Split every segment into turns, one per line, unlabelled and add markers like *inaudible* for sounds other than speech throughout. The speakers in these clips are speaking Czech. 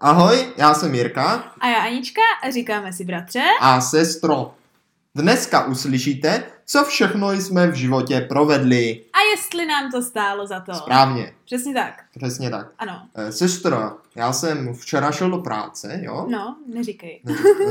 Ahoj, já jsem Jirka
A já Anička a říkáme si bratře.
a sestro. Dneska uslyšíte, co všechno jsme v životě provedli.
A jestli nám to stálo za to.
Správně,
Přesně tak.
přesně tak.
Ano.
E, sestro, já jsem včera šel do práce, jo?
No, neříkej.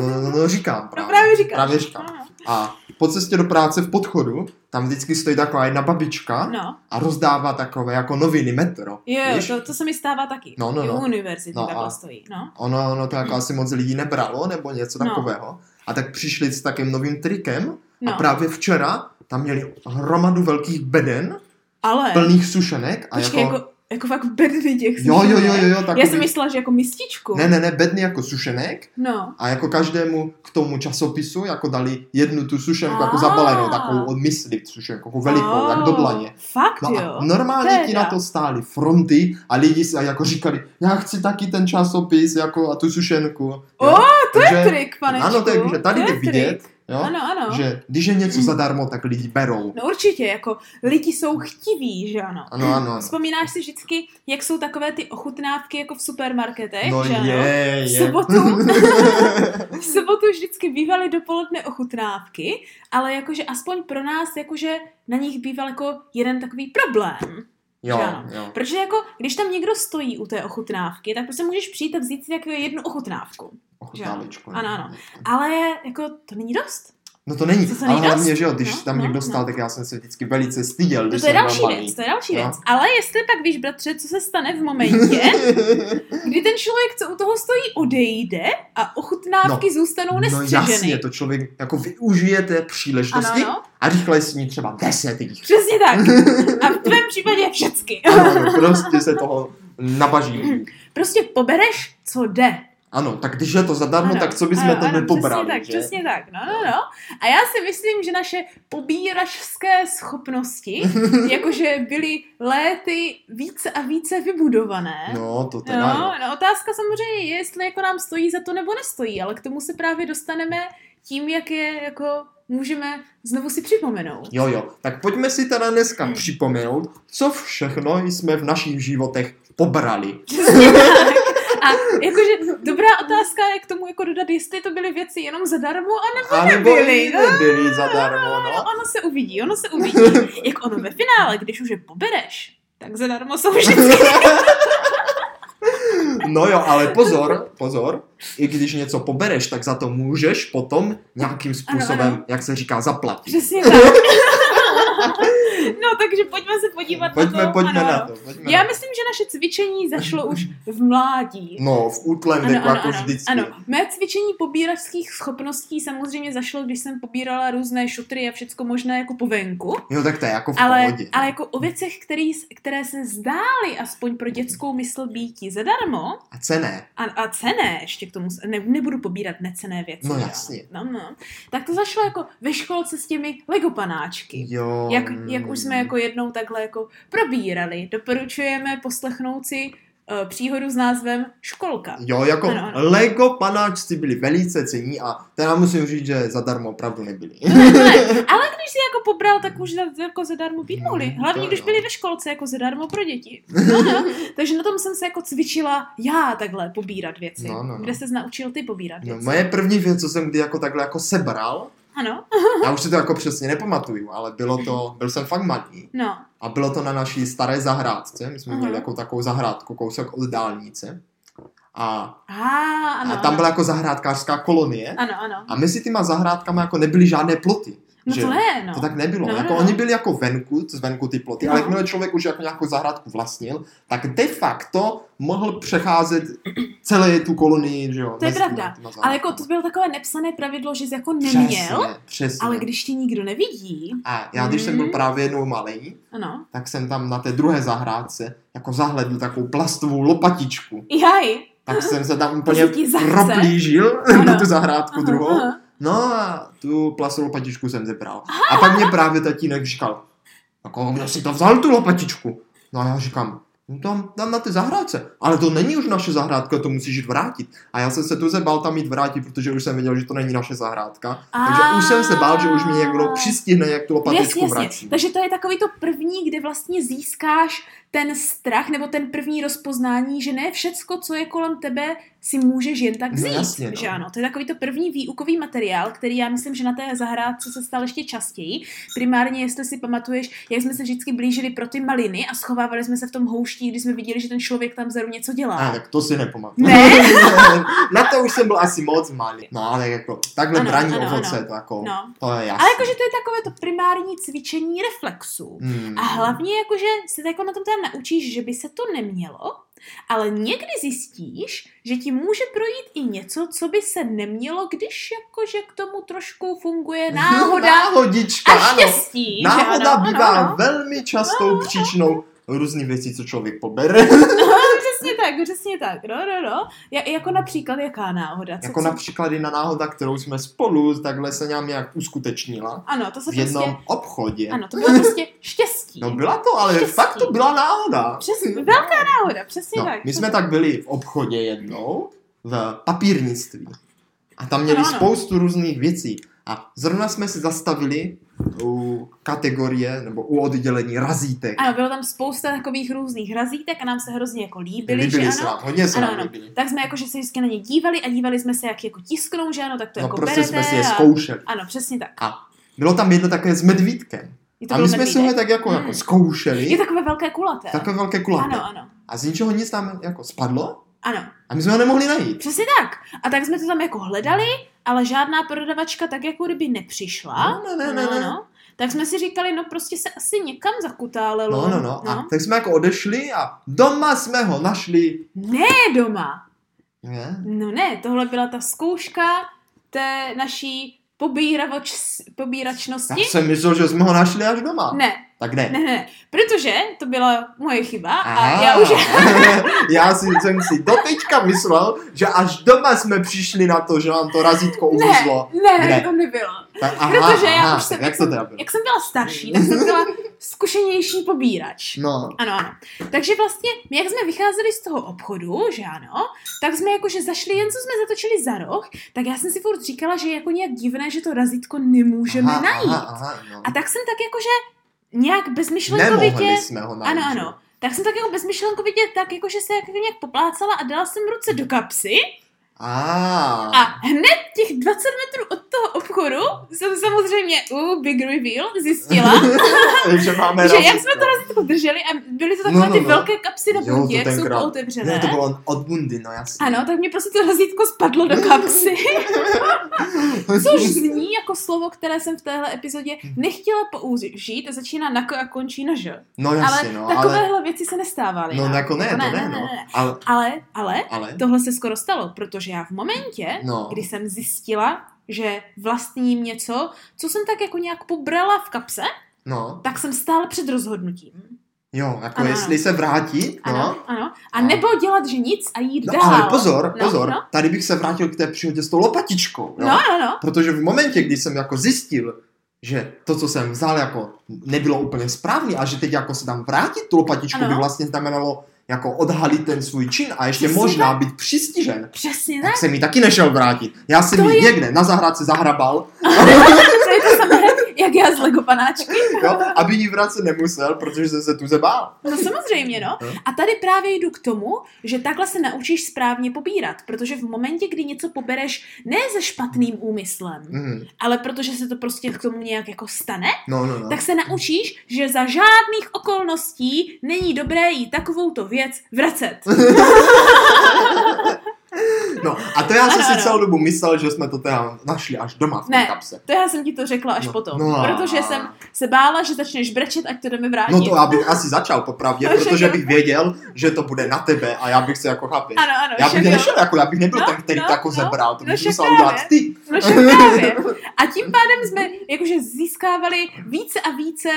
No, no říkám
No
právě.
právě říkám.
Právě říkám.
No,
A po cestě do práce v podchodu, tam vždycky stojí taková jedna babička
No, no.
a rozdává takové jako noviny metro.
Jo,
víš?
to, to se mi stává taky.
No, no,
I
no.
u univerzity
No
no,
a-
takhle stojí. No.
Ono, ono to jako asi moc lidí nebralo, nebo něco
No.
takového. A tak přišli s takým novým trikem
No,
a právě včera tam měli hromadu velkých beden,
ale...
plných sušenek a
Počkej,
jako...
jako... jako... fakt bedny těch
Jo, jo, jo, jo, jo,
Já
takový...
jsem myslela, že jako mističku.
Ne, ne, ne, bedny jako sušenek
No.
a jako každému k tomu časopisu jako dali jednu tu sušenku jako
Ah.
zabalenou, takovou od mysli sušenku, jako velikou, jak do dlaně.
Fakt
No
jo.
a normálně ti
Teda.
na to stály fronty a lidi si jako říkali, já chci taky ten časopis jako a tu sušenku. Jo,
O,
to je
Trik, panečku.
Ano, takže tady
To
jde
je trik.
vidět, jo,
Ano, ano.
že když je něco zadarmo, tak lidi berou.
No určitě, jako lidi jsou chtiví, že ano.
Ano, ano, ano.
Vzpomínáš si vždycky, jak jsou takové ty ochutnávky jako v supermarketech,
No
Eh, že ano?
je,
V
je.
sobotu, v sobotu vždycky bývaly dopoledne ochutnávky, ale jakože aspoň pro nás, jakože na nich býval jako jeden takový problém.
*laughs* jo,
že ano.
jo.
Protože jako, když tam někdo stojí u té ochutnávky, tak prostě můžeš přijít a vzít si jako jednu ochutnávku.
Ochutnávečku.
Ano, ano. Ale jako to není dost.
No to není,
Co se
ale
nejde?
hlavně, že jo, když
No,
tam
no,
někdo
no.
stál, tak já jsem se vždycky velice styděl, když
To je
jsem
další
byl malý.
věc, to je další
No.
věc. Ale jestli pak víš, bratře, co se stane
*laughs*
v momentě, kdy ten člověk, co u toho stojí, odejde a ochutnávky no, zůstanou
No
nestřeženy.
jasně, to člověk jako využije té
ano,
příležitosti
ano,
a rychle sní třeba deset
*laughs*
jich. *laughs*
přesně tak. A v tvém případě všecky.
Ano, ano, prostě se toho nabaží.
Prostě pobereš, co jde.
Ano, tak když je to zadarmo,
Ano,
tak co bychom
ano,
to
ano,
nepobrali,
Přesně tak,
že?
přesně tak. No, no, no. A já si myslím, že naše pobíračské
*laughs*
schopnosti, jakože byly léty více a více vybudované,
No, to teda jo.
No, no, otázka samozřejmě je, jestli jako nám stojí za to nebo nestojí, ale k tomu se právě dostaneme tím, jak je jako můžeme znovu si připomenout.
Jo, jo, tak pojďme si teda dneska
Hmm.
připomenout, co všechno jsme v našich životech pobrali.
Přesně tak. A jakože dobrá otázka je k tomu jako dodat, jestli to byly věci jenom zadarmo, a
A nebo
nebyly,
i
no.
nebyli zadarmo, no.
ono se uvidí, ono se uvidí. Jak ono ve finále, když už je pobereš, tak zadarmo jsou
*laughs*
vždycky.
No jo, ale pozor, pozor, i když něco pobereš, tak za to můžeš potom nějakým způsobem,
Ano, ano.
jak se říká, zaplatit.
Přesně tak. No, takže pojďme se podívat
Pojďme,
na to.
pojďme
ano,
na
ano.
to. Pojďme
Já
na to.
myslím, že naše cvičení zašlo už v mládí.
No, v útlém věku, jako vždycky.
ano. Mé cvičení pobíračských schopností samozřejmě zašlo, když jsem pobírala různé šutry a všecko možné jako po venku,
Jo, tak to je jako v
ale,
pohodě.
ale jako o věcech, který, které se zdály aspoň pro dětskou mysl býti zadarmo
A cené.
a, a cené, ještě k tomu, s- ne, nebudu pobírat necené věci.
No
že jo.
jasně.
No, no. Tak to zašlo jako ve školce s těmi legopanáčky.
Jo.
Jak, jak už jsme jako jednou takhle jako probírali, doporučujeme poslechnout si uh, příhodu s názvem Školka.
Jo, jako
Ano, ano.
Lego panáčci byli velice cení a teda musím říct, že zadarmo opravdu nebyli.
Ne, ale když si jako pobral, tak už za- jako zadarmo být mohli.
Mm,
Hlavně
to
když
jo.
byli ve školce, jako zadarmo
*laughs*
pro děti. *laughs* No, no. Takže na tom jsem se jako cvičila já takhle pobírat věci.
No, no, no.
Kde se naučil ty pobírat
No,
věci.
moje první věc, co jsem kdy jako takhle jako sebral,
Ano,
já už si to jako přesně nepamatuju, ale bylo to, byl jsem fakt malý
no,
a bylo to na naší staré zahrádce, my jsme
Aha.
měli jako takovou zahrádku, kousek od dálnice a,
a, ano.
a tam
ano.
byla jako zahrádkářská kolonie
Ano, ano.
a mezi těma zahrádkama jako nebyly žádné ploty.
No
že
to
jo.
ne, no.
To tak nebylo.
No,
No,
no,
jako
no.
oni byli jako venku, zvenku ty ploty, ale
No.
jakmile člověk už jako nějakou zahrádku vlastnil, tak de facto mohl přecházet celé tu kolonii, že jo.
To je
mezi
pravda.
těma- těma
Ale jako to
zahrádkama.
bylo takové nepsané pravidlo, že jsi jako neměl,
Přesně, přesně.
ale když tě nikdo nevidí,
A já, když jsem byl
Mhm.
právě jednou malý,
ano.
tak jsem tam na té druhé zahrádce jako zahledl takovou plastovou lopatičku.
Jaj,
Tak jsem se tam
to
úplně
se ti zachce.
proplížil *laughs*
Ano.
na tu zahrádku
Aha,
druhou.
aha.
No a tu plastovou lopatičku jsem zebral. A pak mě právě tatínek říkal, jako kdo si to vzal tu lopatičku? No a já říkám, no tam, tam na ty zahrádce. Ale to není už naše zahrádka, to musíš jít vrátit. A já jsem se tu zebál tam jít vrátit, protože už jsem věděl, že to není naše zahrádka. Takže už jsem se bál, že už mě někdo přistihne, jak tu lopatičku
Ah. Jasně,
vracím.
jasně. Takže to je takový to první, kde vlastně získáš ten strach nebo ten první rozpoznání, že ne všecko, co je kolem tebe, si můžeš jen tak
No
vzít.
jasně, no.
že ano, to je takový to první výukový materiál, který já myslím, že na té zahrádce se stal ještě častěji. Primárně, jestli si pamatuješ, jak jsme se vždycky blížili pro ty maliny a schovávali jsme se v tom houští, když jsme viděli, že ten člověk tam vzadu něco dělá.
A tak to si nepamatuju.
Ne?
*laughs* Na to už jsem byl asi moc malý. No ale jako takhle
Ano,
braní
ano,
ovoce,
ano.
to jako,
No.
to je jasné.
Ale jakože to je takové to primární cvičení reflexů.
Hmm.
A hlavně jakože se jako na tom tam naučíš, že by se to nemělo, ale někdy zjistíš, že ti může projít i něco, co by se nemělo, když jakože k tomu trošku
*laughs*
funguje náhoda
Náhodička,
a
ano.
štěstí. že
Náhoda
ano,
bývá
ano, Ah. ano.
velmi častou příčinou různých věcí, co člověk
*laughs*
pobere.
No, Přesně tak, přesně tak. No, no, no. Ja, jako například jaká náhoda? Co,
jako
co?
například jedna náhoda, kterou jsme spolu takhle se nám nějak uskutečnila
Ano, to se
v jednom
prostě...
obchodě.
Ano, to bylo prostě štěstí.
No byla to, ale
Štěstí.
fakt to byla náhoda.
Přesně, velká náhoda, přesně
No,
tak.
my jsme tak byli v obchodě jednou, v papírnictví. A tam měli
Ano, ano.
spoustu různých věcí. A zrovna jsme se zastavili u kategorie, nebo u oddělení razítek.
Ano, bylo tam spousta takových různých razítek a nám se hrozně jako líbily,
líbili
že
se
ano.
nám, hodně se
Ano,
nám
ano.
líbili.
Tak jsme jakože se vždycky na ně dívali a dívali jsme se, jak jako tisknou, že ano, tak to
no
jako
prostě
berete.
jsme si je
a...
zkoušeli.
Ano, přesně tak.
Bylo tam jedno také s medvídkem.
Je
A
byl
my jsme si ho
medvídek.
tak jako,
Hmm.
jako zkoušeli.
Je takové velké kulaté.
Takové velké kulaté.
Ano, ano.
A z ničeho nic tam jako spadlo
Ano,
a my jsme ho nemohli najít.
přesně tak. A tak jsme to tam jako hledali, ale žádná prodavačka tak jako kdyby nepřišla.
No, ne, ne, ne,
no,
ne.
no. Tak jsme si říkali, no prostě se asi někam zakutálelo.
No, no, no. A tak jsme jako odešli a doma jsme ho našli.
Ne doma.
Ne?
No ne, tohle byla ta zkouška té naší pobíravoč,
Já
pobíračnosti.
jsem myslel, že jsme ho našli až doma.
Ne,
Tak ne.
Ne, ne, protože to byla moje chyba a
Aha.
já už...
*laughs* já si, jsem si doteďka myslel, že až doma jsme přišli na to, že nám to razítko
Ne,
uvízlo.
ne,
Kde?
to nebylo.
Tak, aha,
Protože já
aha,
už jsem-
tak
jako-
jak to teda bylo?
Jak jsem byla starší, tak jsem byla zkušenější pobírač.
No,
Ano, ano. Takže vlastně, my jak jsme vycházeli z toho obchodu, že ano, tak jsme jakože zašli, jen co jsme zatočili za roh, tak já jsem si furt říkala, že je jako nějak divné, že to razítko nemůžeme
aha,
najít.
Aha, aha, no.
A tak jsem tak jakože nějak bezmyšlenkovitě...
Nemohli jsme ho najít.
Ano,
že?
ano. Tak jsem tak jako bezmyšlenkovitě, tak jakože se jako nějak poplácala a dala jsem ruce do kapsy
Ah.
A hned těch 20 metrů od toho obchodu jsem samozřejmě u Big Reveal zjistila,
*laughs* že máme
že jak
razítko.
jsme to razítko drželi a byly to takové
No, no,
ty
no.
velké kapsy na
Jo, to
bundě, jak jsou
tenkrát.
pootevřené.
Ne, to bylo od bundy, no jasně. *laughs*
Ano, tak mě prostě to razítko spadlo do kapsy, což zní jako slovo, které jsem v téhle epizodě nechtěla použít a začíná na ko a končí na ž.
No Hm. jasně,
Ale
no, ale...
takovéhle věci se nestávaly.
No
no.
jako ne, to ne, no. Ale,
Ale, ale,
ale,
tohle se skoro stalo, protože já v momentě,
no.
kdy jsem zjistila, že vlastním něco, co jsem tak jako nějak pobrala v kapse,
No,
tak jsem stála před rozhodnutím.
jo, jako
Ano,
jestli se vrátit,
Ano,
no.
ano. A
No.
nebo dělat, že nic a jít
No
dál.
ale pozor,
No,
pozor,
no.
tady bych se vrátil k té příhodě s tou lopatičkou,
No,
jo.
no, no.
Protože v momentě, kdy jsem jako zjistil, že to, co jsem vzal, jako nebylo úplně správně a že teď jako se tam vrátit tu lopatičku,
Ano.
by vlastně znamenalo jako odhalit ten svůj čin a ještě
Přesně
možná být přistižen. *laughs*
Přesně tak.
Tak jsem mi taky nešel vrátit. Já jsem
To
ji
je-
někde na zahrádce zahrabal,
To je to samé, jak já z Lego panáčky.
jo, aby ji vracet nemusel, protože jsem se tu zebál.
No samozřejmě, no.
No.
A tady právě jdu k tomu, že takhle se naučíš správně pobírat, protože v momentě, kdy něco pobereš ne se špatným úmyslem,
Mm.
ale protože se to prostě k tomu nějak jako stane,
No, no, no.
tak se naučíš, že za žádných okolností není dobré jí takovouto věc vracet.
no. A to já jsem
Ano,
si
ano.
celou dobu myslel, že jsme to teda našli až doma v té
Ne.
kapse.
To já jsem ti to řekla až
No,
potom,
no a-
protože jsem se bála, že začneš brečet, ať to jdeme vrátit.
No to já bych asi začal popravdě,
No, že
protože
jo.
bych věděl, že to bude na tebe a já bych se jako chápil.
Ano, ano,
Já
však
bych
jo.
nešel, jako já bych nebyl
No,
ten, který
no,
to jako
no.
zebral, to
No,
bych
však
musel udělat
právě.
ty.
No však právě.
*laughs*
A tím pádem jsme jakože získávali více a více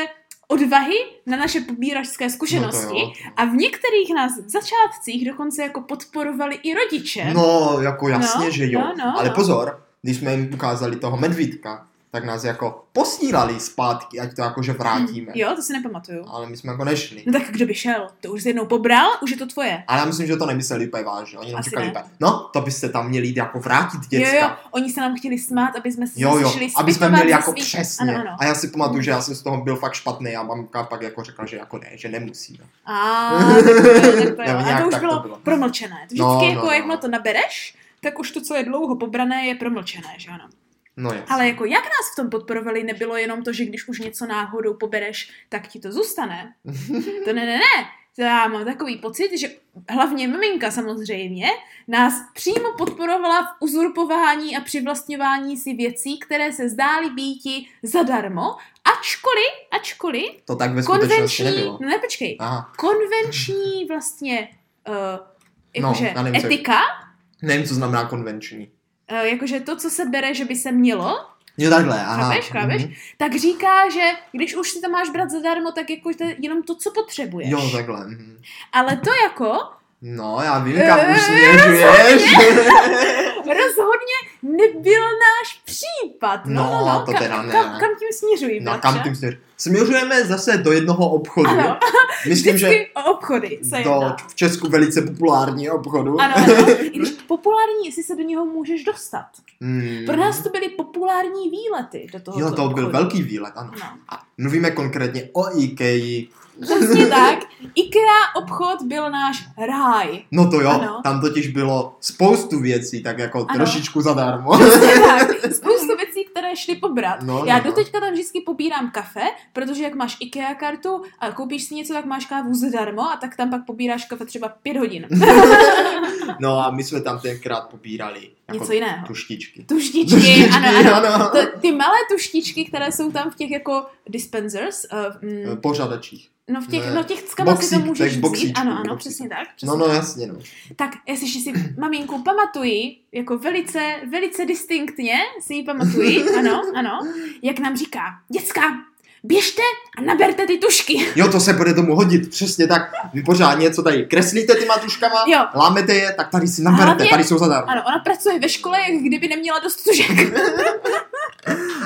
odvahy na naše pobíračské zkušenosti.
No, to jo.
a v některých nás začátcích dokonce jako podporovali i rodiče.
No, jako jasně,
No,
že jo.
no, no,
Ale
no.
pozor, když jsme jim ukázali toho medvídka, tak nás jako posílali zpátky, ať to jakože vrátíme.
Jo, to si nepamatuju.
Ale my jsme jako nešli.
No tak kdo by šel? To už jsi jednou pobral, už je to tvoje.
Ale já myslím, že to nemysleli úplně vážně, oni jenom
Asi
čekali
ne.
úplně. No, to byste tam měli jít jako vrátit děcka.
Jo, jo, oni se nám chtěli smát, aby jsme se
Jo, jo,
šli
aby jsme
zpytovat
měli
na
jako
svých-
přesně.
Ano, ano.
A já si pamatuju, že já jsem z toho byl fakt špatný a mamka pak jako řekla, že jako ne, že nemusí. No.
A,
*laughs*
tak to jo, tak to jo.
Nebo
a
nějak
to už
tak to
bylo,
bylo.
promlčené. To vždycky
No,
no,
no,
jako,
no.
no. jakmile to nabereš, tak už to, co je dlouho pobrané, je promlčené, že ano.
no jasně.
Ale jako jak nás v tom podporovali, nebylo jenom to, že když už něco náhodou pobereš, tak ti to zůstane. To ne, ne, ne. To Já mám takový pocit, že hlavně miminka samozřejmě nás přímo podporovala v uzurpování a přivlastňování si věcí, které se zdály býti zadarmo, ačkoliv, ačkoliv,
To tak ve skutečnosti
konvenční,
nebylo.
no ne, počkej,
Aha,
konvenční vlastně uh,
No,
jakože
já
no,
nevím, co-
etika,
nevím, co znamená konvenční.
uh, jakože to, co se bere, že by se mělo,
Jo, takhle, aha.
Chápeš, chápeš?
Mhm.
tak říká, že když už si to máš brát zadarmo, tak jako to, jenom to, co potřebuješ.
Jo, takhle. mhm.
Ale to jako
No, já vím,
Eh,
kam už směřuješ. *laughs*
rozhodně nebyl náš případ. No,
No,
no, no,
to
ka-
teda ne.
Kam, kam tím směřuji,
No,
bratře?
kam tím směř? Směřujeme zase do jednoho obchodu.
Ano,
Myslím, že
vždycky o obchody se
do
jedná.
v Česku velice populárního obchodu.
Ano, ano.
*laughs*
I když populární, jestli se do něho můžeš dostat.
Hmm.
Pro nás to byly populární výlety do toho.
Jo, to byl velký výlet, ano.
No.
A mluvíme konkrétně o IKEA.
Přesně tak. IKEA obchod byl náš ráj.
No to jo, ano.
Ano.
tam totiž bylo spoustu věcí, tak jako ano.
Ano.
trošičku
*laughs*
zadarmo.
Přesně tak. Spoustu věcí, které šly pobrat.
No,
Já
no, no.
doteďka tam vždycky pobírám kafe, protože jak máš IKEA kartu a koupíš si něco, tak máš kávu zadarmo a tak tam pak pobíráš kafe třeba pět hodin.
Jako No a my jsme tam tenkrát pobírali jako
*laughs* Něco
*laughs*
jiného.
tuštičky.
Tuštičky, ano, ano.
ano.
To, ty malé tuštičky, které jsou tam v těch jako dispensers, uh,
Eh,
mm,
Pořadačích.
no v těch,
ne.
no těch ckama si to
Boxík, tak
můžeš vzít.
boxíčku,
Ano, ano,
boxíku.
přesně tak. Přesně
No, no,
tak.
jasně, no.
Tak jestliže si maminku pamatuji, jako velice, velice distinktně si ji pamatuji, ano, ano, jak nám říká, děcka, běžte a naberte ty tušky.
Jo, to se bude tomu hodit, přesně tak. Vy pořád něco tady kreslíte těma tuškama,
Jo.
lámete je, tak tady si naberte,
Hlavně-
tady jsou zadarmo.
Ano, ona pracuje ve škole, jak kdyby neměla dost tušek.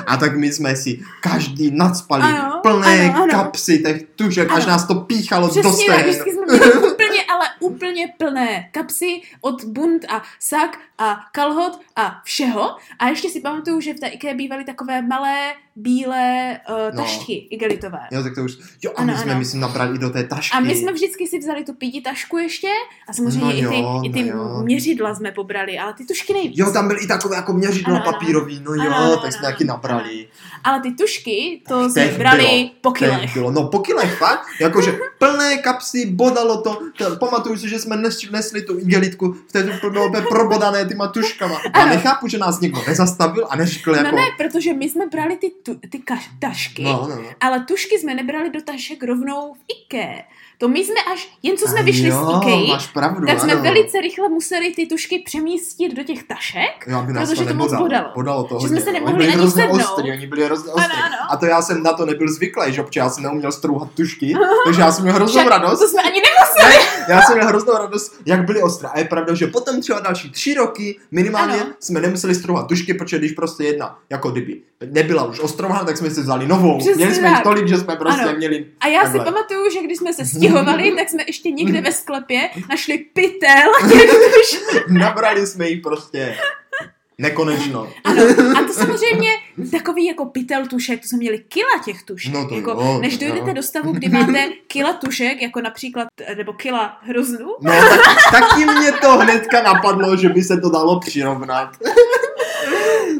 A tak my jsme si každý nadspali
Ano,
plné
ano, ano.
kapsy těch tužek, až
Ano.
nás to píchalo do
Přesně tak,
stejn.
vždycky jsme měli úplně, ale úplně plné kapsy od bund a sak a kalhot a všeho. A ještě si pamatuju, že v té IKEA bývaly takové malé bílé uh,
No.
tašky no. igelitové.
Jo, tak to už... Jo, a my
Ano,
jsme,
ano.
myslím, nabrali do té tašky.
A my jsme vždycky si vzali tu pidi tašku ještě a samozřejmě
No
no jo, i ty,
jo,
i ty
no jo.
měřidla jsme pobrali, ale ty tušky nejvíc.
Jo, tam byly i takové jako měřidla
Ano, ano.
papírový, no jo,
Ano, ano,
tak jsme
ano,
taky
ano.
nabrali.
Ale ty tušky, to jsme
Těch
brali
bylo,
po
Ten
kilech.
bylo, no po kilech fakt,
*laughs*
jakože plné kapsy, bodalo to, to pamatuju si, že jsme nes, nesli tu igelitku, v té to bylo úplně probodané těma tuškama. A
Ano.
nechápu, že nás někdo nezastavil a neřekl
No
jako...
ne, protože my jsme brali ty, tu, ty kaš, tašky,
no, no, no.
ale tušky jsme nebrali do tašek rovnou v IKE. To my jsme až, jen co jsme vyšli
jo,
z IKE,
máš pravdu,
tak jsme
ano.
velice rychle museli ty tušky přemístit do těch tašek.
Jo, aby nás
protože to moc bodalo.
Podalo to
Že
hodně,
jsme se
no.
nemohli
oni byli
ani
hrozně
sednout.
ostrý, oni byli hrozně ostrý.
ano.
A to já jsem na to nebyl zvyklý, že protože já jsem neuměl strouhat tušky,
*laughs*
takže já jsem měl hroznou
Však
radost.
To jsme ani nemohli.
Já jsem měl hroznou radost, jak byly ostré. A je pravda, že potom třeba další tři roky minimálně
Ano.
jsme nemuseli strouhat tušky, protože když prostě jedna, jako kdyby nebyla už ostrouhána, tak jsme si vzali novou.
Přesně
měli jsme jich
tak.
tolik, že jsme prostě
Ano.
měli. *laughs*
A já si
Takhle.
pamatuju, že když jsme
*laughs*
se stěhovali, tak jsme ještě někde ve sklepě našli pytel těch tušek.
Nabrali jsme jich prostě
*laughs*
nekonečno.
Ano, a to samozřejmě takový jako pytel tušek, to jsme měli kila těch tušek.
No to
jako,
jo,
než
to
dojdete
jo.
do stavu, kdy máte kila tušek, jako například, eh, nebo kila hroznů,
No, tak, taky mě to hnedka napadlo, že by se to dalo přirovnat.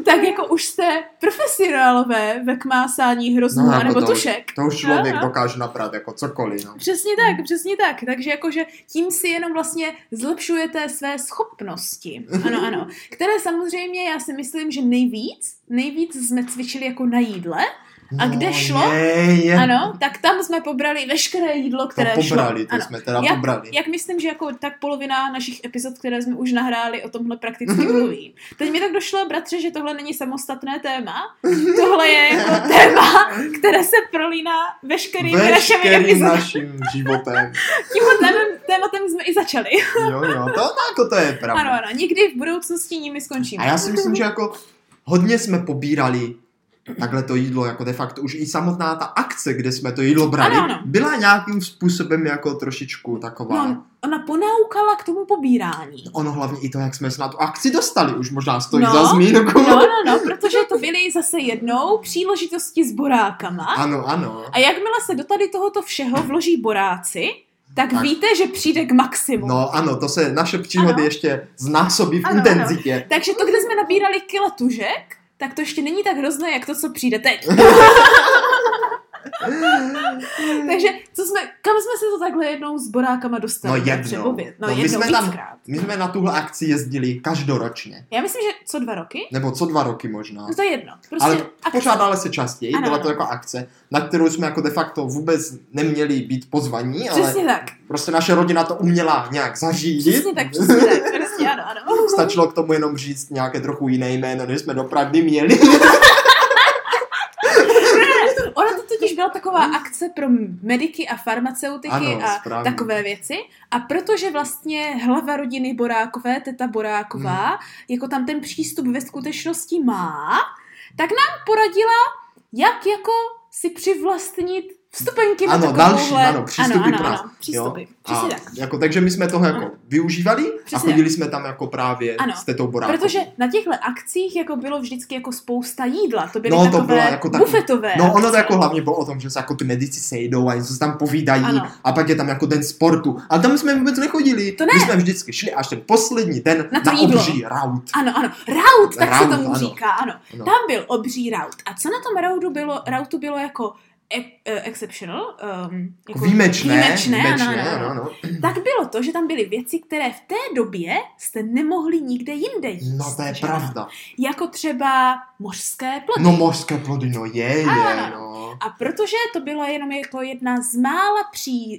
tak jako už jste profesionálové ve kmásání hroznů
No,
no,
jako
nebo
to-
tušek.
To už člověk
Aha.
dokáže nabrat jako cokoliv. No.
Přesně tak, přesně tak. Takže jakože tím si jenom vlastně zlepšujete své schopnosti. Ano, ano. Které samozřejmě já si myslím, že nejvíc, nejvíc jsme cvičili jako na jídle. A kde
No,
šlo?
Je, je.
Ano, tak tam jsme pobrali veškeré jídlo, které
to pobrali,
šlo.
to
Ano.
jsme teda
Jak-
pobrali.
Jak myslím, že jako tak polovina našich epizod, které jsme už nahráli, o tomhle prakticky mluví. Teď mi tak došlo, bratře, že tohle není samostatné téma. Tohle je jako téma, které se prolíná veškerými našimi
Veškerým
epizodami.
naším životem.
Tímhle témem- tématem jsme i začali.
Jo, jo, to, jako to je pravda.
Ano, ano, někdy v budoucnosti nimi skončíme.
A já si myslím, že jako hodně jsme pobírali takhle to jídlo, jako de facto už i samotná ta akce, kde jsme to jídlo brali,
Ano, ano.
byla nějakým způsobem jako trošičku taková.
No, ona ponaukala k tomu pobírání.
Ono hlavně i to, jak jsme se na tu akci dostali, už možná stojí
No.
za zmínku.
No, no, no, protože to byly zase jednou příležitosti s borákama.
Ano, ano.
A jakmile se do tady tohoto všeho vloží boráci, tak,
Tak.
tak. víte, že přijde k maximu.
No ano, to se naše příhody
Ano.
ještě znásobí v
Ano, ano.
intenzitě.
Takže to, kde jsme nabírali kilo tužek, tak to ještě není tak hrozné, jak to, co
*laughs*
přijde teď. Takže co jsme, kam jsme se to takhle jednou s borákama dostali?
No jednou.
Přebově-
No,
No, no
my
jednou,
jsme tam-
víckrát.
My jsme na tuhle akci jezdili každoročně,
Já myslím, že co dva roky?
nebo co dva roky možná.
No to je jedno. Prostě
Ale
akce.
pořádala se častěji,
Ano,
byla
ano.
to jako akce, na kterou jsme jako de facto vůbec neměli být pozvaní, ale
Přesně tak,
prostě naše rodina to uměla nějak zařídit.
přesně tak, přesně tak, přesně ano, ano.
*laughs* Stačilo k tomu jenom říct nějaké trochu jiné jméno, než jsme dopravdy měli.
Ona to totiž byla taková akce pro mediky a farmaceutiky
Hmm. Ano,
a
správně.
takové věci. A protože vlastně hlava rodiny Borákové, teta Boráková,
Hmm.
jako tam ten přístup ve skutečnosti má, tak nám poradila, jak jako si přivlastnit vstupenky
Ano,
na takovouhle...
další, ano, přístupy
ano,
pro
ano,
nás,
ano, přístupy,
Jo?
přesně tak.
Jako, takže my jsme toho jako využívali a
Přesně.
chodili jsme tam jako právě
Ano.
s tetou Borákovou.
Protože na těchto akcích jako bylo vždycky jako spousta jídla, to byly
No, to
takové
byla jako tak-
bufetové.
No ono to
akce.
jako hlavně bylo o tom, že se jako ty medici sejdou a něco se tam povídají
Ano.
a pak je tam jako den sportu. Ale tam jsme vůbec nechodili.
To ne.
My jsme vždycky šli až ten poslední den
Na to
na
jídlo.
obří raut.
Ano, ano, raut, tak
Raut,
se tomu
ano.
říká, ano.
No.
Tam byl obří raut. A co na tom rautu bylo, rautu bylo jako e- e- exceptional? Um,
Jako výjimečné.
výjimečné, ano, ano,
ano, ano.
Tak bylo to, že tam byly věci, které v té době jste nemohli nikde jinde jíst.
No to je
že ano?
pravda.
Jako třeba mořské plody.
No mořské plody, no je, je,
Ano.
no.
A protože to byla jenom jako jedna z mála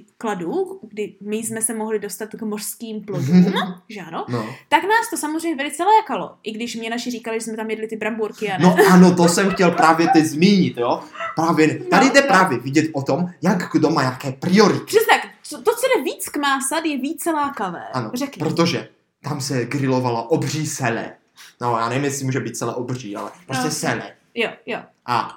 příkladů, kdy my jsme se mohli dostat k mořským
*laughs*
plodům, že ano,
No.
tak nás to samozřejmě velice lákalo. I když mě naši říkali, že jsme tam jedli ty bramborky a ne.
no ano, to jsem chtěl právě teď zmínit, jo. Právě, tady
No,
jde
no.
právě vidět o tom, jak kdo má jaké priority.
Přesně tak, co- to, co jde víc k másad, je více lákavé.
Ano,
Řekni.
protože tam se grilovala obří sele. No já nevím, jestli může být celé obří, ale prostě
No.
sele.
Jo, jo.
A,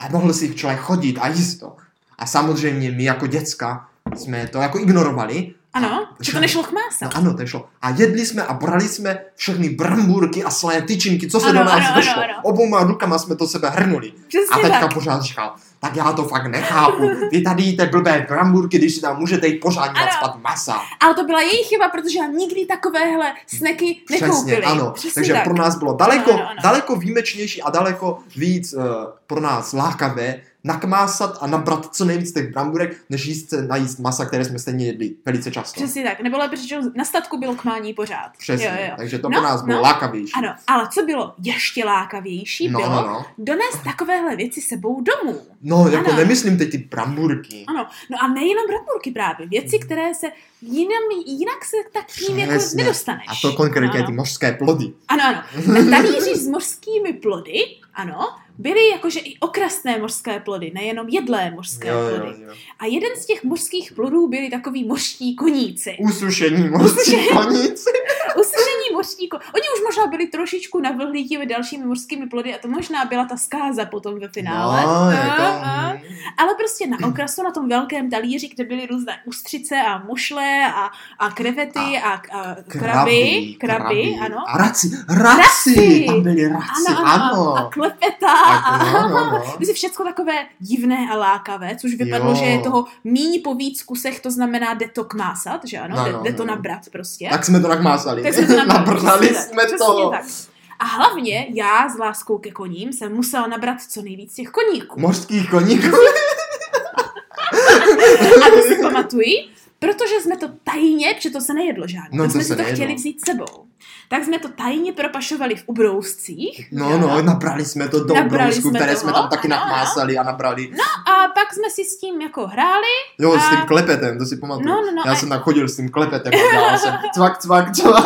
a mohl si člověk chodit a jíst to. A samozřejmě my jako děcka jsme to jako ignorovali.
Ano,
A-
že to nešlo k mása.
No ano, to šlo. A jedli jsme a brali jsme všechny bramburky a slané tyčinky, co se
Ano,
do nás
ano,
došlo.
ano, ano.
Obouma rukama jsme to sebe hrnuli. No. A
Přesně
teďka
tak.
pořád říkal, tak já to fakt nechápu. Vy tady jíte blbé bramburky, když si tam můžete jít pořádně
Ano.
nadspat masa.
Ale to byla její chyba, protože nám nikdy takovéhle sneky nekoupili.
Přesně, ano.
Přesně
Takže
tak.
pro nás bylo daleko,
Ano, ano, ano.
daleko výjimečnější a daleko víc uh, pro nás lákavé nakmásat a nabrat co nejvíc těch bramburek, než jíst, najíst masa, které jsme stejně jedli velice často.
Přesně tak. Nebo lepší, že na statku bylo kmání pořád.
Přesně.
Jo, jo, jo.
Takže to
No,
pro nás bylo
no.
lákavější.
Ano, ale co bylo ještě lákavější,
no,
bylo
no, no.
donést takovéhle věci sebou domů.
No, jako
Ano.
nemyslím teď ty bramburky.
Ano, no a nejenom bramburky právě, věci, které se jinam, jinak se tak k ním jako
Přesně.
nedostaneš.
A to konkrétně
Ano.
ty mořské plody.
Ano, ano. Tak talíři s mořskými plody, ano, byly jakože i okrasné mořské plody, nejenom jedlé mořské
Jo,
plody.
jo, jo.
A jeden z těch mořských plodů byly takový mořští koníci.
Usušení mořských konic.
Uslyšení mořští koníci. Oni už možná byli trošičku navlhlí těmi dalšími mořskými plody a to možná byla ta zkáza potom ve finále.
No,
A,
jako,
a.
mm.
Ale prostě na okrasu, na tom velkém talíři, kde byly různé ústřice a mušle a, a krevety a, a, kraby, kraby, ano.
A raci, raci,
Raci.
tam byly raci,
Ano, ano, a, a
ano.
klepeta.
Tak,
a- *laughs*
no, no, no.
Prostě všechno takové divné a lákavé, což vypadlo,
Jo.
že je toho míň po víc kusech, to znamená jde to kmásat, že ano?
No,
Jde,
no,
jde to
no.
nabrat prostě.
Tak jsme to tak másali.
Tak
*laughs*
jsme to nabrali.
Nabrali
Přesně
jsme
tak,
to.
přesně tak. A hlavně já s láskou ke koním jsem musela nabrat co nejvíc těch
No.
koníků.
Mořských koníků.
A to si pamatuji, protože jsme to tajně, protože to se nejedlo žádný,
No,
tak
to
jsme
se
si to
nejedlo.
chtěli vzít sebou. Tak jsme to tajně propašovali v ubrouscích. že
No,
ano?
no, nabrali jsme to do
Nabrali
ubrousku,
jsme No,
které
toho,
jsme tam taky
ano,
nakmásali a nabrali.
A pak jsme si s tím jako hráli.
Jo, s
A-
tím klepetem, to si pamatuju.
No, no, no,
Já
a-
jsem tam chodil s tím klepetem a dělal
*laughs*
jsem cvak, cvak, cvak.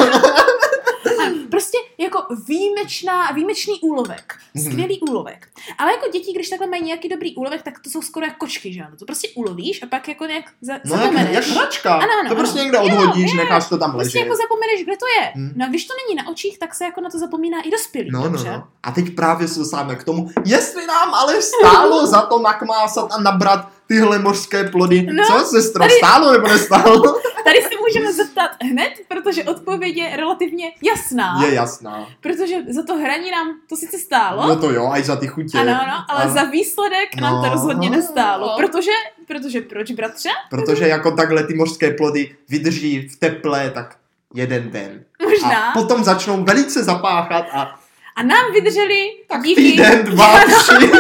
Prostě jako výjimečná, výjimečný úlovek.
Mhm.
Skvělý úlovek. Ale jako děti, když takhle mají nějaký dobrý úlovek, tak to jsou skoro jak kočky, že ano? To prostě ulovíš a pak jako nějak za,
No jak, jak
zapomeneš.
hračka.
Ano, ano,
to prostě
ano.
někde
Jo,
odhodíš,
jo.
necháš to tam ležet.
Prostě jako zapomeneš, kde to je.
Hmm.
No a když to není na očích, tak se jako na to zapomíná i dospělý.
No, no,
dobře?
no. A teď právě se dostáváme k tomu, jestli nám ale
*laughs*
stálo za to nakmásat a nabrat tyhle mořské plody.
No,
Co, sestra,
tady-
stálo nebo
*laughs*
nestálo?
Tady se můžeme zeptat hned, protože odpověď je relativně jasná.
Je jasná.
Protože za to hraní nám to sice stálo,
No to jo, a i za ty chutě.
ano, ano, ale
Ano.
za výsledek nám to
No.
rozhodně nestálo. Protože, protože proč, bratře?
Protože jako takhle ty mořské plody vydrží v teple tak jeden den.
Možná.
A potom začnou velice zapáchat a
A nám vydrželi díky. *laughs*
týden, dva, tři.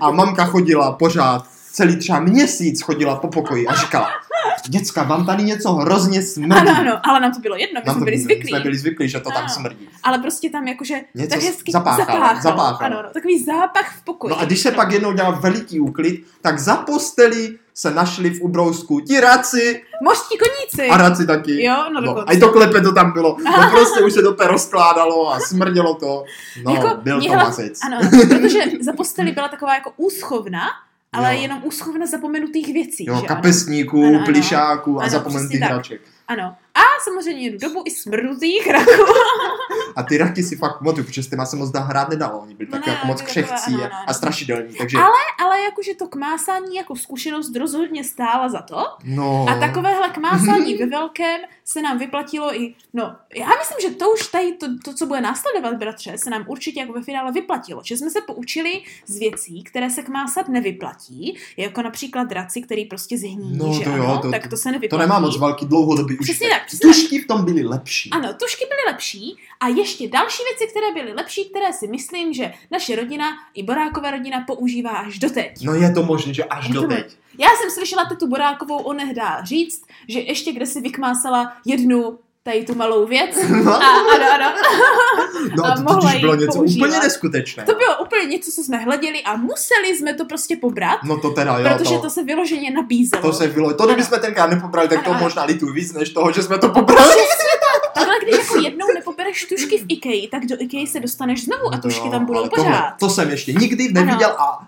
A, a mamka chodila pořád, celý třeba měsíc chodila po pokoji a říkala, děcka, vám tady něco hrozně smrdí.
Ano, ano, ale nám to bylo jedno, my
Nám
jsme
to-
byli zvyklí.
jsme byli zvyklí, že to tam
Ano.
smrdí.
Ale prostě tam jakože
Něco
tak hezky
zapáchalo, zapáchalo.
Ano, no, takový zápach v pokoji.
No a když se pak jednou dělal veliký úklid, tak za postelí se našli v ubrousku ti raci
Mořští koníci.
a raci taky.
Jo, no,
No,
dokonce.
a i to klepe to tam bylo. No prostě už se to pe rozkládalo a smrdělo to. No,
Jako
byl to
měla-
mazec.
Ano, ano, protože za posteli byla taková jako úschovna, ale
Jo.
jenom úschovna zapomenutých věcí.
Jo,
že ano?
kapesníků,
Ano, ano.
plišáků a
Ano,
zapomenutých
přesně tak.
hraček.
Ano. A samozřejmě jednu dobu i smrdutých raků.
A ty raky si fakt pamatuju, protože s těma se moc dá hrát nedalo. Oni byli
No
tak
ne,
jako moc
byli takové,
křehcí
ano,
a,
ano, ano.
a strašidelní. Takže,
Ale jakože to kmásání jako zkušenost rozhodně stála za to.
no,
A takovéhle
*laughs*
kmásání ve velkém se nám vyplatilo i, no, já myslím, že to už tady, to, to co bude následovat, bratře, se nám určitě jako ve finále vyplatilo, že jsme se poučili z věcí, které se kmásat nevyplatí, jako například draci, který prostě zhní,
No,
že
to jo,
ano,
to-
tak to se
to
nevyplatí.
nemá moc velký dlouhodobý
Přesně
užitek.
tak, přesně tak.
Tušky v tom byly lepší.
Ano, tušky byly lepší a ještě další věci, které byly lepší, které si myslím, že naše rodina i Boráková rodina používá až doteď.
No je to možné, že až
Je to
doteď.
Já jsem slyšela tetu Borákovou onehdá říct, že ještě kde si vykmásala jednu tady tu malou věc.
No.
A, ano, ano.
*laughs* No
A
a to
mohla
totiž
ji
bylo něco
používat.
úplně neskutečné.
To bylo úplně něco, co jsme hleděli a museli jsme to prostě pobrat,
No to teda, jo,
protože
to,
to se vyloženě nabízelo.
to se bylo. To kdybychom tenkrát nepobrali, tak to
Ano, ano.
možná lituji víc, než toho, že jsme to pobrali.
Takhle, když jako jednou nepobereš tušky v Ikei, tak do Ikei se dostaneš znovu a tušky
Jo,
tam budou
No, ale Tohle,
pořád.
to jsem ještě nikdy neviděl a,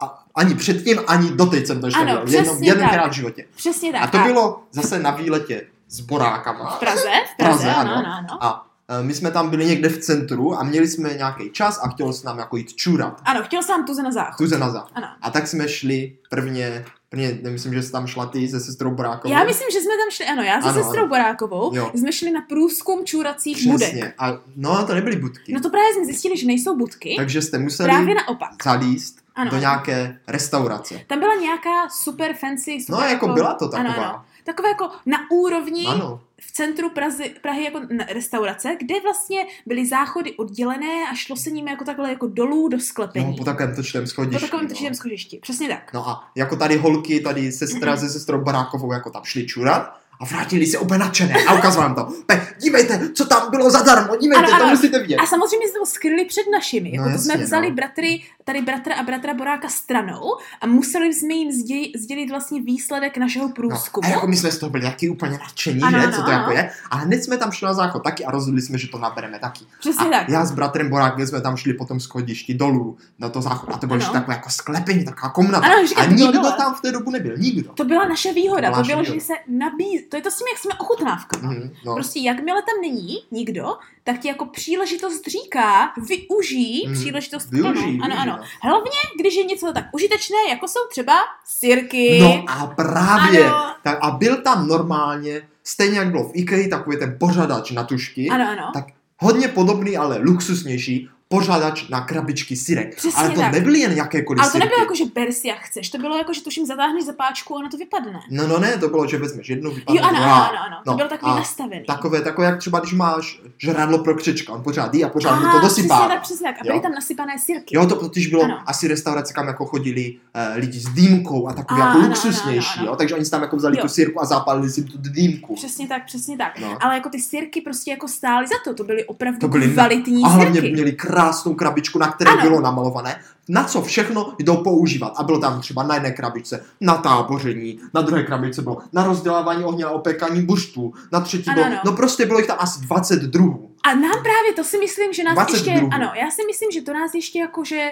a ani předtím, ani doteď jsem to ještě
Ano,
neviděl. Jenom
přesně
jedenkrát
tak.
v životě.
Přesně tak.
A to bylo zase na výletě s
v
borákama.
Praze, v Praze,
Praze,
ano,
ano.
ano, ano.
A e, my jsme tam byli někde v centru a měli jsme nějaký čas a chtělo se nám jako jít čurat.
Ano, chtěl jsem tuze na záchod.
Tuze na záchod.
Ano.
A tak jsme šli prvně, prvně nemyslím, že jsi tam šla ty se sestrou Borákovou.
Já myslím, že jsme tam šli, ano, já se
Jako- Ano, ano.
sestrou Borákovou
Jo.
jsme šli na průzkum čuracích budek.
Přesně. A, no, to nebyly budky.
No to právě jsme zjistili, že nejsou budky,
Takže jste museli
právě naopak.
zalíst
Ano.
do nějaké restaurace.
Tam byla nějaká super fancy, super
No, jako byla to
ano,
taková.
ano. Takové jako na úrovni ano.
Ano,
v centru Prazy, Prahy jako na- restaurace, kde vlastně byly záchody oddělené a šlo se nimi jako takhle jako dolů do sklepení.
no, po takovém točném
po
schodišti.
takovém
no.
no. schodišti, přesně tak.
No a jako tady holky, tady sestra
Mhm.
se sestrou Barákovou, jako tam šli čurat a vrátili se úplně nadšené a ukazoval jim to. Pe, dívejte, co tam bylo zadarmo, dívejte,
Ano,
to
ano.
musíte vidět.
A samozřejmě jsme to skryli před našimi. Jako
No
to jsme
jasně,
vzali
no.
bratry, tady bratra a bratra Boráka stranou a museli jsme jim sdělit, sdělit vlastně výsledek našeho
No,
průzkumu.
a jako my jsme z toho byli taky úplně nadšení,
Ano,
že,
ano,
co to
ano.
jako je. A hned jsme tam šli na záchod taky a rozhodli jsme, že to nabereme taky.
Přesně
A
tak.
já s bratrem Borákem jsme tam šli po tom schodišti dolů na to záchod. A to bylo
Ano.
ještě takové jako sklepení, taková komnata.
Ano,
a
říkám, to bylo
nikdo
dole.
tam v té dobu nebyl, nikdo.
To byla naše výhoda,
To
to,
byla
bylo,
naše
že se nabízí. To je to s tím, jak jsme ochutnávkama.
Mhm, no.
Prostě jakmile tam není nikdo, tak ti jako příležitost říká, využij
Mhm.
příležitost k tomu.
Využij,
Ano,
využij,
ano.
no.
Hlavně, když je něco tak užitečné, jako jsou třeba sirky.
No a právě.
Ano.
Tak a byl tam normálně, stejně jak bylo v IKEA, takový ten pořadač na tušky.
ano, ano.
Tak hodně podobný, ale luxusnější, pořadač na krabičky sirek.
Přesně
ale to
tak.
nebyly jen jakékoliv
Ale to nebylo
prostě sirky.
jako, že ber si jak chceš, to bylo jako, že tuším zatáhneš za páčku a ono to vypadne.
No, no ne, to bylo, že vezmeš jednu, vypadne
Jo, ano,
druhá.
ano, ano, ano. To
No,
bylo takový
a
nastavený.
Takové, takové, jak třeba když máš žrádlo pro křečka, on pořád jí a pořád mu to
přesně
dosypá.
tak, přesně tak. A
Jo.
byly tam nasypané sirky.
Jo, to totiž bylo
Ano.
asi restaurace, kam jako chodili eh, lidi s dýmkou a takový
A,
jako
ano,
luxusnější,
ano, ano.
jo, takže oni si tam jako vzali
Jo.
tu sirku a zapálili si tu dýmku.
Přesně tak, přesně tak.
No.
Ale jako ty sirky prostě jako stály za to, to byly opravdu
To byly-
kvalitní
A hlavně
sirky.
měli krásnou krabičku, na které
Ano.
bylo namalované, na co všechno jdou používat. A bylo tam třeba na jedné krabičce na táboření, na druhé krabičce bylo na rozdělávání ohně a opékání buštů, na třetí
Ano,
bylo,
ano.
no prostě bylo jich tam asi 20 druhů.
A nám právě to si myslím, že nás
20
ještě,
druhů.
ano, já si myslím, že to nás ještě jakože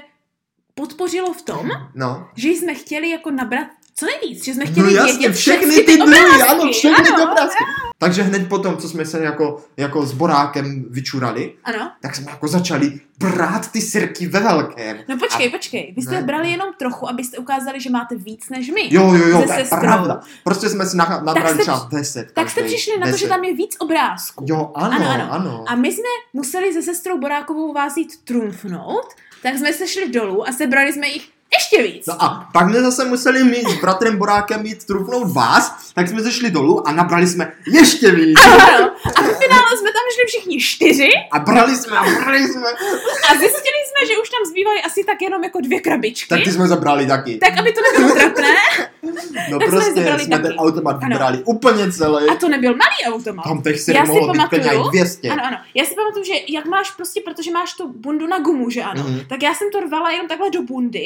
podpořilo v tom,
No.
že jsme chtěli jako nabrat co nejvíc, že jsme
No
chtěli
jasně,
vědět
všechny
přesně
ty druhy,
obrázky,
ano, všechny ty
ano,
obrázky. Takže hned potom, co jsme se jako, jako s Borákem vyčurali,
Ano,
tak jsme jako začali brát ty sirky ve velkém.
no počkej, počkej, vy jste
Ne.
ne. brali jenom trochu, abyste ukázali, že máte víc než my.
Jo, jo, jo,
Se
to je
sestrou.
pravda. Prostě jsme si naha- nabrali
jste
třeba 10.
tak jste
každej,
přišli na to, že
10.
tam je víc obrázků.
Jo, ano, ano.
Ano,
ano.
ano. A my jsme museli se sestrou Borákovou vás jít trumfnout, tak jsme se šli dolů a sebrali jsme jich ještě víc.
No a pak jsme zase museli my s bratrem Borákem jít trufnout vás, tak jsme zešli dolů a nabrali jsme ještě víc.
Ano, a v finále jsme tam šli všichni čtyři
A brali jsme a brali jsme.
a zjistili jsme, že už tam zbývaly asi tak jenom jako dvě krabičky.
Tak ty jsme zabrali taky.
tak aby to nebylo trapné.
No
tak jsme
prostě jsme,
zabrali
ten
taky.
automat
Ano.
vybrali úplně celý.
A to nebyl malý automat.
Tam těch si
Já si
mohlo být
pamatuju.
klidně i 200.
Ano, ano. Já si pamatuju, že jak máš prostě, protože máš tu bundu na gumu, že ano,
Mhm.
tak já jsem to rvala jenom takhle do bundy,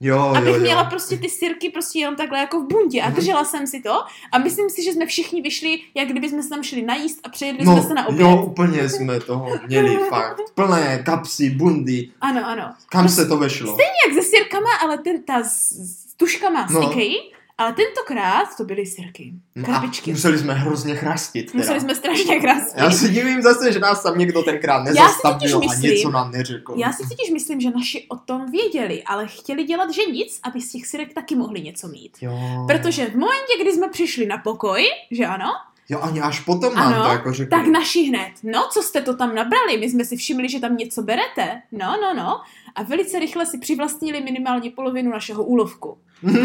Jo,
abych
jo, jo.
měla prostě ty sirky prostě jenom takhle jako v bundě a
Mhm.
držela jsem si to a myslím si, že jsme všichni vyšli, jak kdyby jsme se tam šli najíst a přejedli
No,
jsme se na oběd.
jo, úplně jsme toho měli fakt. Plné kapsy, bundy,
Ano, ano.
kam se to vešlo.
Jak se sirkama, ale ten, ta s, s tuškama
No.
no. stikej, ale tentokrát to byly sirky.
No a
Krabičky.
museli jsme hrozně chrastit. Teda.
Museli jsme strašně krásně.
Já se divím zase, že nás tam někdo tenkrát
si
nezastavil
totiž
a
myslím-
něco nám neřekl.
Já si totiž myslím, že naši o tom věděli, ale chtěli dělat, že nic, aby z těch sirek taky mohli něco mít.
Jo.
Protože v momentě, kdy jsme přišli na pokoj, že ano,
Jo, ani až potom nám
Ano,
to jako řekli.
tak naši hned, no co jste to tam nabrali, my jsme si všimli, že tam něco berete, no, no, no. A velice rychle si přivlastnili minimálně polovinu našeho úlovku. No,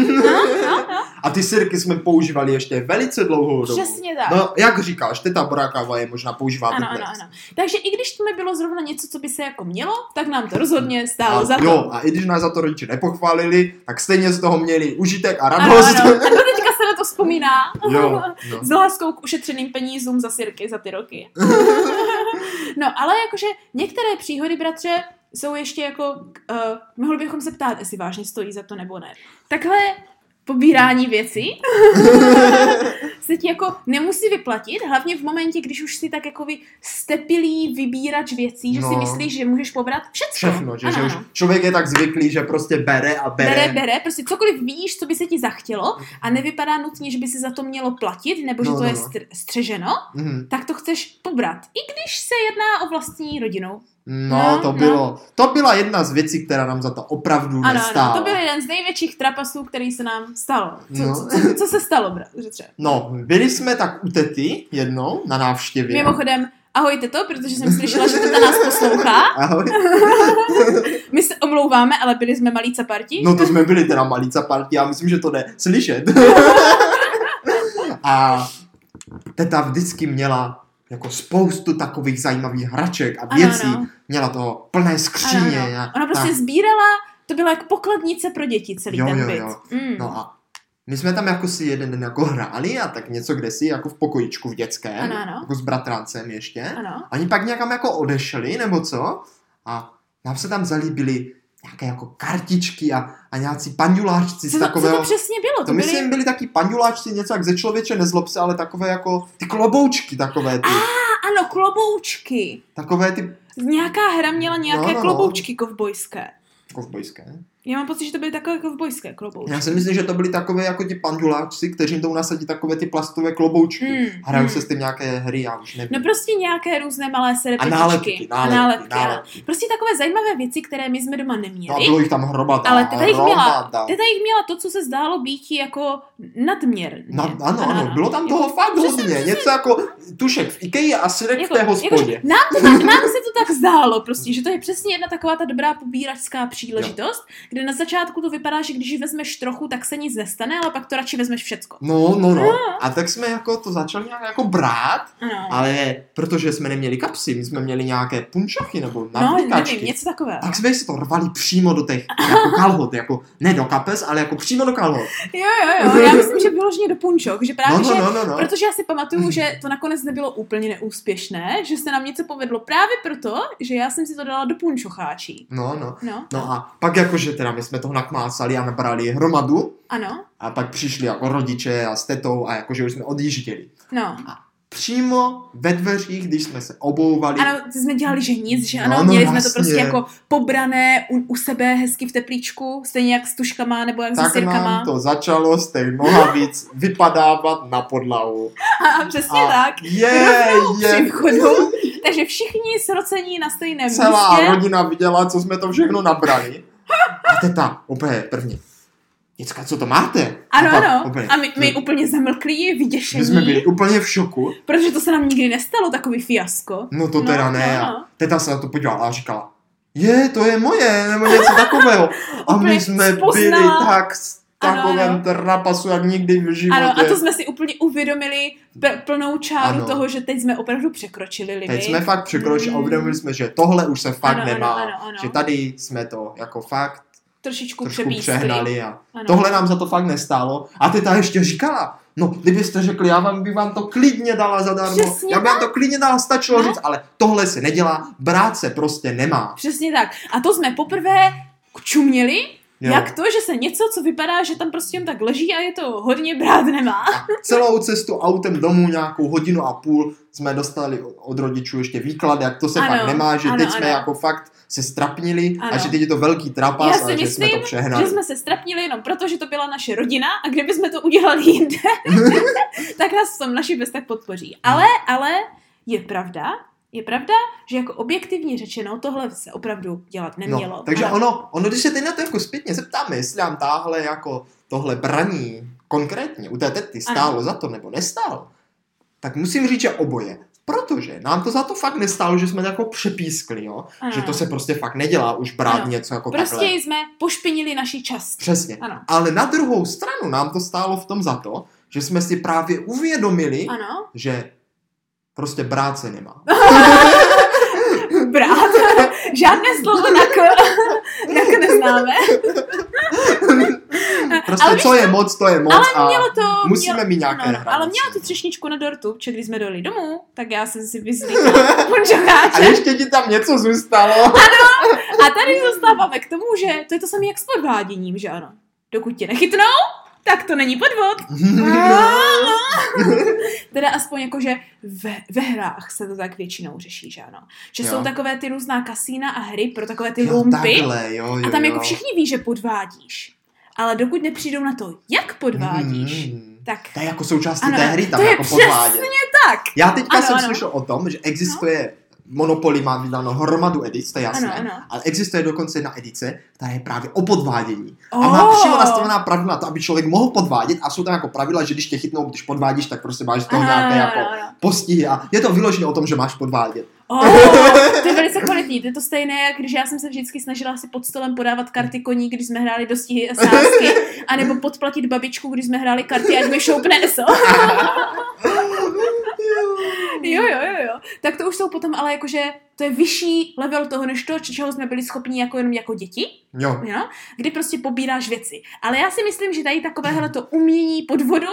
no,
a ty sirky jsme používali ještě velice dlouhou dobu.
přesně tak.
No, jak říkáš, teta Borákava je možná používá
Ano, ano,
dodnes.
ano. Takže i když to nebylo zrovna něco, co by se jako mělo, tak nám to rozhodně stálo
A,
za to.
jo, a i když nás za to rodiče nepochválili, tak stejně z toho měli užitek a *laughs*
ano,
radost.
ano. A do teďka se na to vzpomíná.
jo,
*laughs*
no.
S láskou k ušetřeným penízům za sirky za ty *laughs* roky. no, ale jakože některé příhody, bratře, jsou ještě jako, uh, mohli bychom se ptát, jestli vážně stojí za to nebo ne. Takhle pobírání věcí *laughs* se ti jako nemusí vyplatit, hlavně v momentě, když už si tak jako vy stepilý vybírač věcí, že
No.
si myslíš, že můžeš pobrat všecko.
Všechno, že,
Ano,
že už
ano.
člověk je tak zvyklý, že prostě bere a bere.
Bere, bere, prostě cokoliv vidíš, co by se ti zachtělo a nevypadá nutně, že by se za to mělo platit, nebo že
No,
to
no,
je
no.
str- střeženo,
Mhm.
tak to chceš pobrat, i když se jedná o vlastní rodinu.
No,
No,
to
no.
bylo. To byla jedna z věcí, která nám za to opravdu
Ano,
nestála.
ano, to byl jeden z největších trapasů, který se nám stal. Co,
No.
no. co, co, co se stalo, bratře?
No, byli jsme tak u tety jednou na návštěvě.
Mimochodem, ahojte to, protože jsem slyšela, že teta nás poslouchá.
Ahoj.
My se omlouváme, ale byli jsme malí caparti.
No to jsme byli teda malí party, já myslím, že to jde
*laughs*
slyšet. A teta vždycky měla jako spoustu takových zajímavých hraček a
Ano,
věcí.
ano.
Měla toho plné
ano,
skříně.
ano.
a
Ona prostě
tak.
sbírala, to byla jak pokladnice pro děti celý
Jo, jo,
ten byt.
jo.
Mm.
No a my jsme tam jako si jeden den jako hráli a tak něco kde si jako v pokojičku v dětském.
Ano, ano.
Jako s bratrancem ještě.
Ano.
Oni pak někam jako odešli, nebo co? A nám se tam zalíbily nějaké jako kartičky a, a nějací panduláčci
Co
z
to, co to
takového...
přesně bylo?
to
byly...
myslím, byli taky panduláčci, něco jak ze člověče nezlob se, ale takové jako ty kloboučky, takové ty,
Ano, kloboučky.
takové ty
Nějaká hra měla nějaké
No,
no,
no, no.
no. kloboučky kovbojské.
kovbojské.
Já mám pocit, že to byly takové kovbojské kloboučky.
jako Já si myslím, že to byly takové jako ti panduláčci, kteří jdou nasadit takové ty plastové kloboučky.
Hmm,
Hrajou
hmm.
se s tím nějaké hry, já už nevím.
No prostě nějaké různé malé
a
serpetičky.
nálepky, nálepky, nálepky,
nálepky, ano. Prostě takové zajímavé věci, které my jsme doma
No a
neměli.
bylo jich tam hromada.
Ale teta jich měla,
hromada.
teta jich měla to, co se zdálo být jako nadměrně.
No, ano, ano, bylo tam toho fakt
Přesně,
hodně. Něco jako tušek v Ikei a sirek
Jako,
v té hospodě.
jakože nám, to tak, nám se to tak zdálo prostě, že to je přesně jedna taková ta dobrá pobíračská příležitost, kde na začátku to vypadá, že když ji vezmeš trochu, tak se nic nestane, ale pak to radši vezmeš všecko.
No, no, no. A tak jsme jako to začali nějak jako brát,
Ano.
ale protože jsme neměli kapsy, my jsme měli nějaké punčochy nebo
No,
navlíkačky.
nevím, něco takového.
tak jsme si to rvali přímo do těch jako kalhot, jako ne do kapes, ale jako přímo do kalhot.
Jo, jo, jo, já myslím, že vyloženě do punčok, že
No,
právě,
no,
že
no, no, no.
Protože já si pamatuju, že to nakonec nebylo úplně neúspěšné, že se nám něco povedlo právě proto, že já jsem si to dala do punčocháčí.
No, no.
No,
No a pak jakože teda my jsme toho nakmásali a nabrali hromadu
ano,
jako, a pak přišli jako rodiče a s tetou a jakože už jsme odjížděli.
no.
Přímo ve dveřích, když jsme se obouvali.
Ano, to jsme dělali, že nic, že ano,
No,
no,
no,
měli jsme to
jasně.
prostě jako pobrané u, u sebe hezky v teplíčku, stejně jak s tuškama nebo jak s
tak
sirkama.
nám to začalo z té nohavic vypadávat na podlahu.
*laughs* A přesně
A
tak. *laughs*
Je, je.
Příchodu.
*laughs*
Takže všichni srocení na stejném
Celá
místě.
rodina viděla, co jsme to všechno nabrali. A teta, úplně první. Děcka, co to máte?
Ano,
A pak
ano.
úplně-
A my, my úplně zamlklí,
my jsme
vyděšení,
byli úplně v šoku.
protože to se nám nikdy nestalo, takový fiasko.
No to
No,
teda ne.
no,
A
no.
teta se na to podívala a říkala, je, to je moje, nebo něco takového. A my
Úplně
jsme byli
spoznala.
tak s
Ano,
takovém
ano.
trapasu, jak nikdy v životě.
Ano, a to jsme si úplně uvědomili pl- plnou čáru
Ano.
toho, že teď jsme opravdu překročili limit.
Teď jsme fakt překročili a
Mm.
uvědomili jsme, že tohle už se fakt
Ano, ano,
nemá.
ano, ano.
Že tady jsme to jako fakt
trošičku
trošku
přebístli.
přehnali a
Ano.
tohle nám za to fakt nestálo. A ty ta ještě říkala, no kdybyste řekli, já vám bych vám to klidně dala zadarmo,
Přesně
já bych vám to klidně dala, stačilo
Ne?
říct, ale tohle se nedělá, brát se prostě nemá.
Přesně tak. A to jsme poprvé čuměli,
Jo.
jak to, že se něco, co vypadá, že tam prostě jen tak leží a je to hodně brát nemá.
A celou cestu autem domů nějakou hodinu a půl jsme dostali od rodičů ještě výklad, jak to se
Ano,
fakt nemá, že
ano,
teď jsme
ano.
jako fakt se strapnili a
Ano.
že teď je to velký trapas
Já
a
si
že jsme to
myslím,
přehnali.
Že jsme se strapnili jenom proto, že to byla naše rodina a kdybychom to udělali
*laughs*
jinde, tak nás v tom naši bez tak podpoří. Ale, ale je pravda, je pravda, že jako objektivně řečeno, tohle se opravdu dělat nemělo.
No, takže
Ale-
ono, ono, když se teď na to jako zpětně zeptáme, jestli nám táhle jako tohle braní konkrétně u té tety
Ano.
stálo za to nebo nestálo, tak musím říct, že oboje. Protože nám to za to fakt nestálo, že jsme to jako přepískli, jo?
ano.
že to se prostě fakt nedělá už brát
Ano.
něco jako
Prostě
takhle.
jsme pošpinili naši čas.
Přesně.
Ano.
Ale na druhou stranu nám to stálo v tom za to, že jsme si právě uvědomili,
Ano.
že prostě brát se nemá.
*laughs* Brát. *laughs* Žádné slovo na k, na k neznáme.
Prostě
Ale
co je moc, to je moc a
Mělo to,
musíme
mělo,
mít nějaké
no, no, ale
hranice.
mělo to třešničku na dortu, protože když jsme dojeli domů, tak já jsem
*laughs*
si vyzvykla
A
punčokáče.
ještě ti tam něco
*laughs*
zůstalo.
A tady dostáváme k tomu, že to je to samé jak s podváděním, že ano. Dokud tě nechytnou, tak to není podvod. *laughs* Teda aspoň jako, že ve, ve hrách se to tak většinou řeší, že ano. Že
Jo.
jsou takové ty různá kasína a hry pro takové ty
Jo,
lumpy.
takhle, jo, jo,
A tam
jo.
jako všichni ví, že podvádíš. Ale dokud nepřijdou na to, jak podvádíš,
Mm.
tak
To je jako součástí
Ano,
té hry, tam
to je
jako
přesně
podvádět.
tak.
Já teďka
Ano,
jsem
ano. No.
slyšel o tom, že existuje Monopoly má vydáno hromadu edic, to je jasné,
Ano, ano.
ale existuje dokonce jedna edice, která je právě o podvádění.
Oh.
A má přímo nastavená pravidla na to, aby člověk mohl podvádět a jsou tam jako pravidla, že když tě chytnou, když podvádíš, tak prostě máš z toho nějaké jako *laughs*
ano.
postihy a je to vyloženě o tom, že máš
*laughs*
podvádět.
Oh, to je velice kvalitní, to je to stejné, jak když já jsem se vždycky snažila si pod stolem podávat karty koní, když jsme hráli dostihy a sázky,
*laughs*
anebo podplatit babičku, když jsme hráli karty, ať mi šoupne eso. Jo, jo, jo, jo. Tak to už jsou potom, ale jakože to je vyšší level toho, než to, čeho jsme byli schopni jako jenom jako děti,
Jo.
jo? kdy prostě pobíráš věci. Ale já si myslím, že tady takovéhle to umění podvodu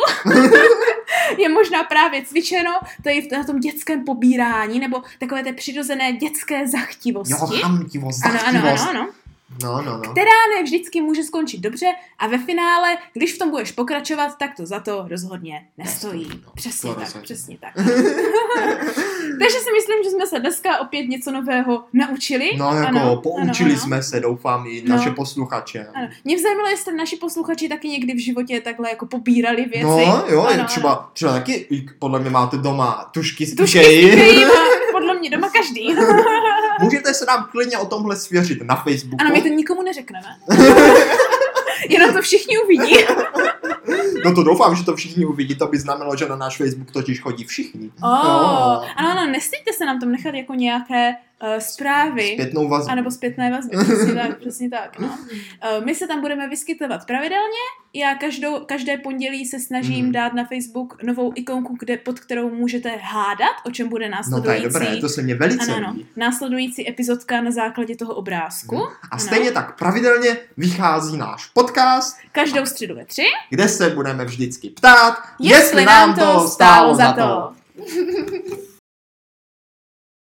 *laughs* je možná právě cvičeno, to je v- na tom dětském pobírání, nebo takové té přirozené dětské
Jo,
zachtivosti.
chamtivost,
Ano, ano,
zachtivost.
ano, ano.
No, no, no.
Která ne vždycky může skončit dobře a ve finále, když v tom budeš pokračovat, tak to za to rozhodně nestojí.
Nestojí, no.
Přesně
To
tak,
rozhodně.
přesně tak. *laughs* Takže si myslím, že jsme se dneska opět něco nového naučili.
No jako
Ano,
poučili
ano, ano.
jsme se, doufám, i
No.
naše posluchače.
Ano. Mě zajímalo, jestli naši posluchači taky někdy v životě takhle jako pobírali věci.
No jo,
Ano,
ano, třeba, třeba taky, i podle mě máte doma tušky z *laughs*
Tušky
Ikei.
Který má podle mě doma
*laughs*
každý.
Můžete se nám klidně o tomhle svěřit na Facebooku.
Ano, my to nikomu
*laughs*
neřekneme. Jenom to všichni uvidí.
No to doufám, že to všichni uvidí, to by znamenalo, že na náš Facebook totiž chodí všichni.
Oh.
Jo.
Ano, ano, nestejte se nám tam nechat jako nějaké uh, zprávy.
Zpětnou vazbu.
A nebo zpětné vazby, přesně tak, přesně tak. No.
*laughs*
Eh, My se tam budeme vyskytovat pravidelně. Já každou, každé pondělí se snažím
Mhm.
dát na Facebook novou ikonku, kde, pod kterou můžete hádat, o čem bude
No to je
následující.
dobré, to se mě velice
ano, ano,
líbí.
následující epizodka na základě toho obrázku.
Mhm. A stejně tak pravidelně vychází náš podcast,
Každou středu ve tři.
kde se budeme vždycky ptát, jestli, nám to stálo za to.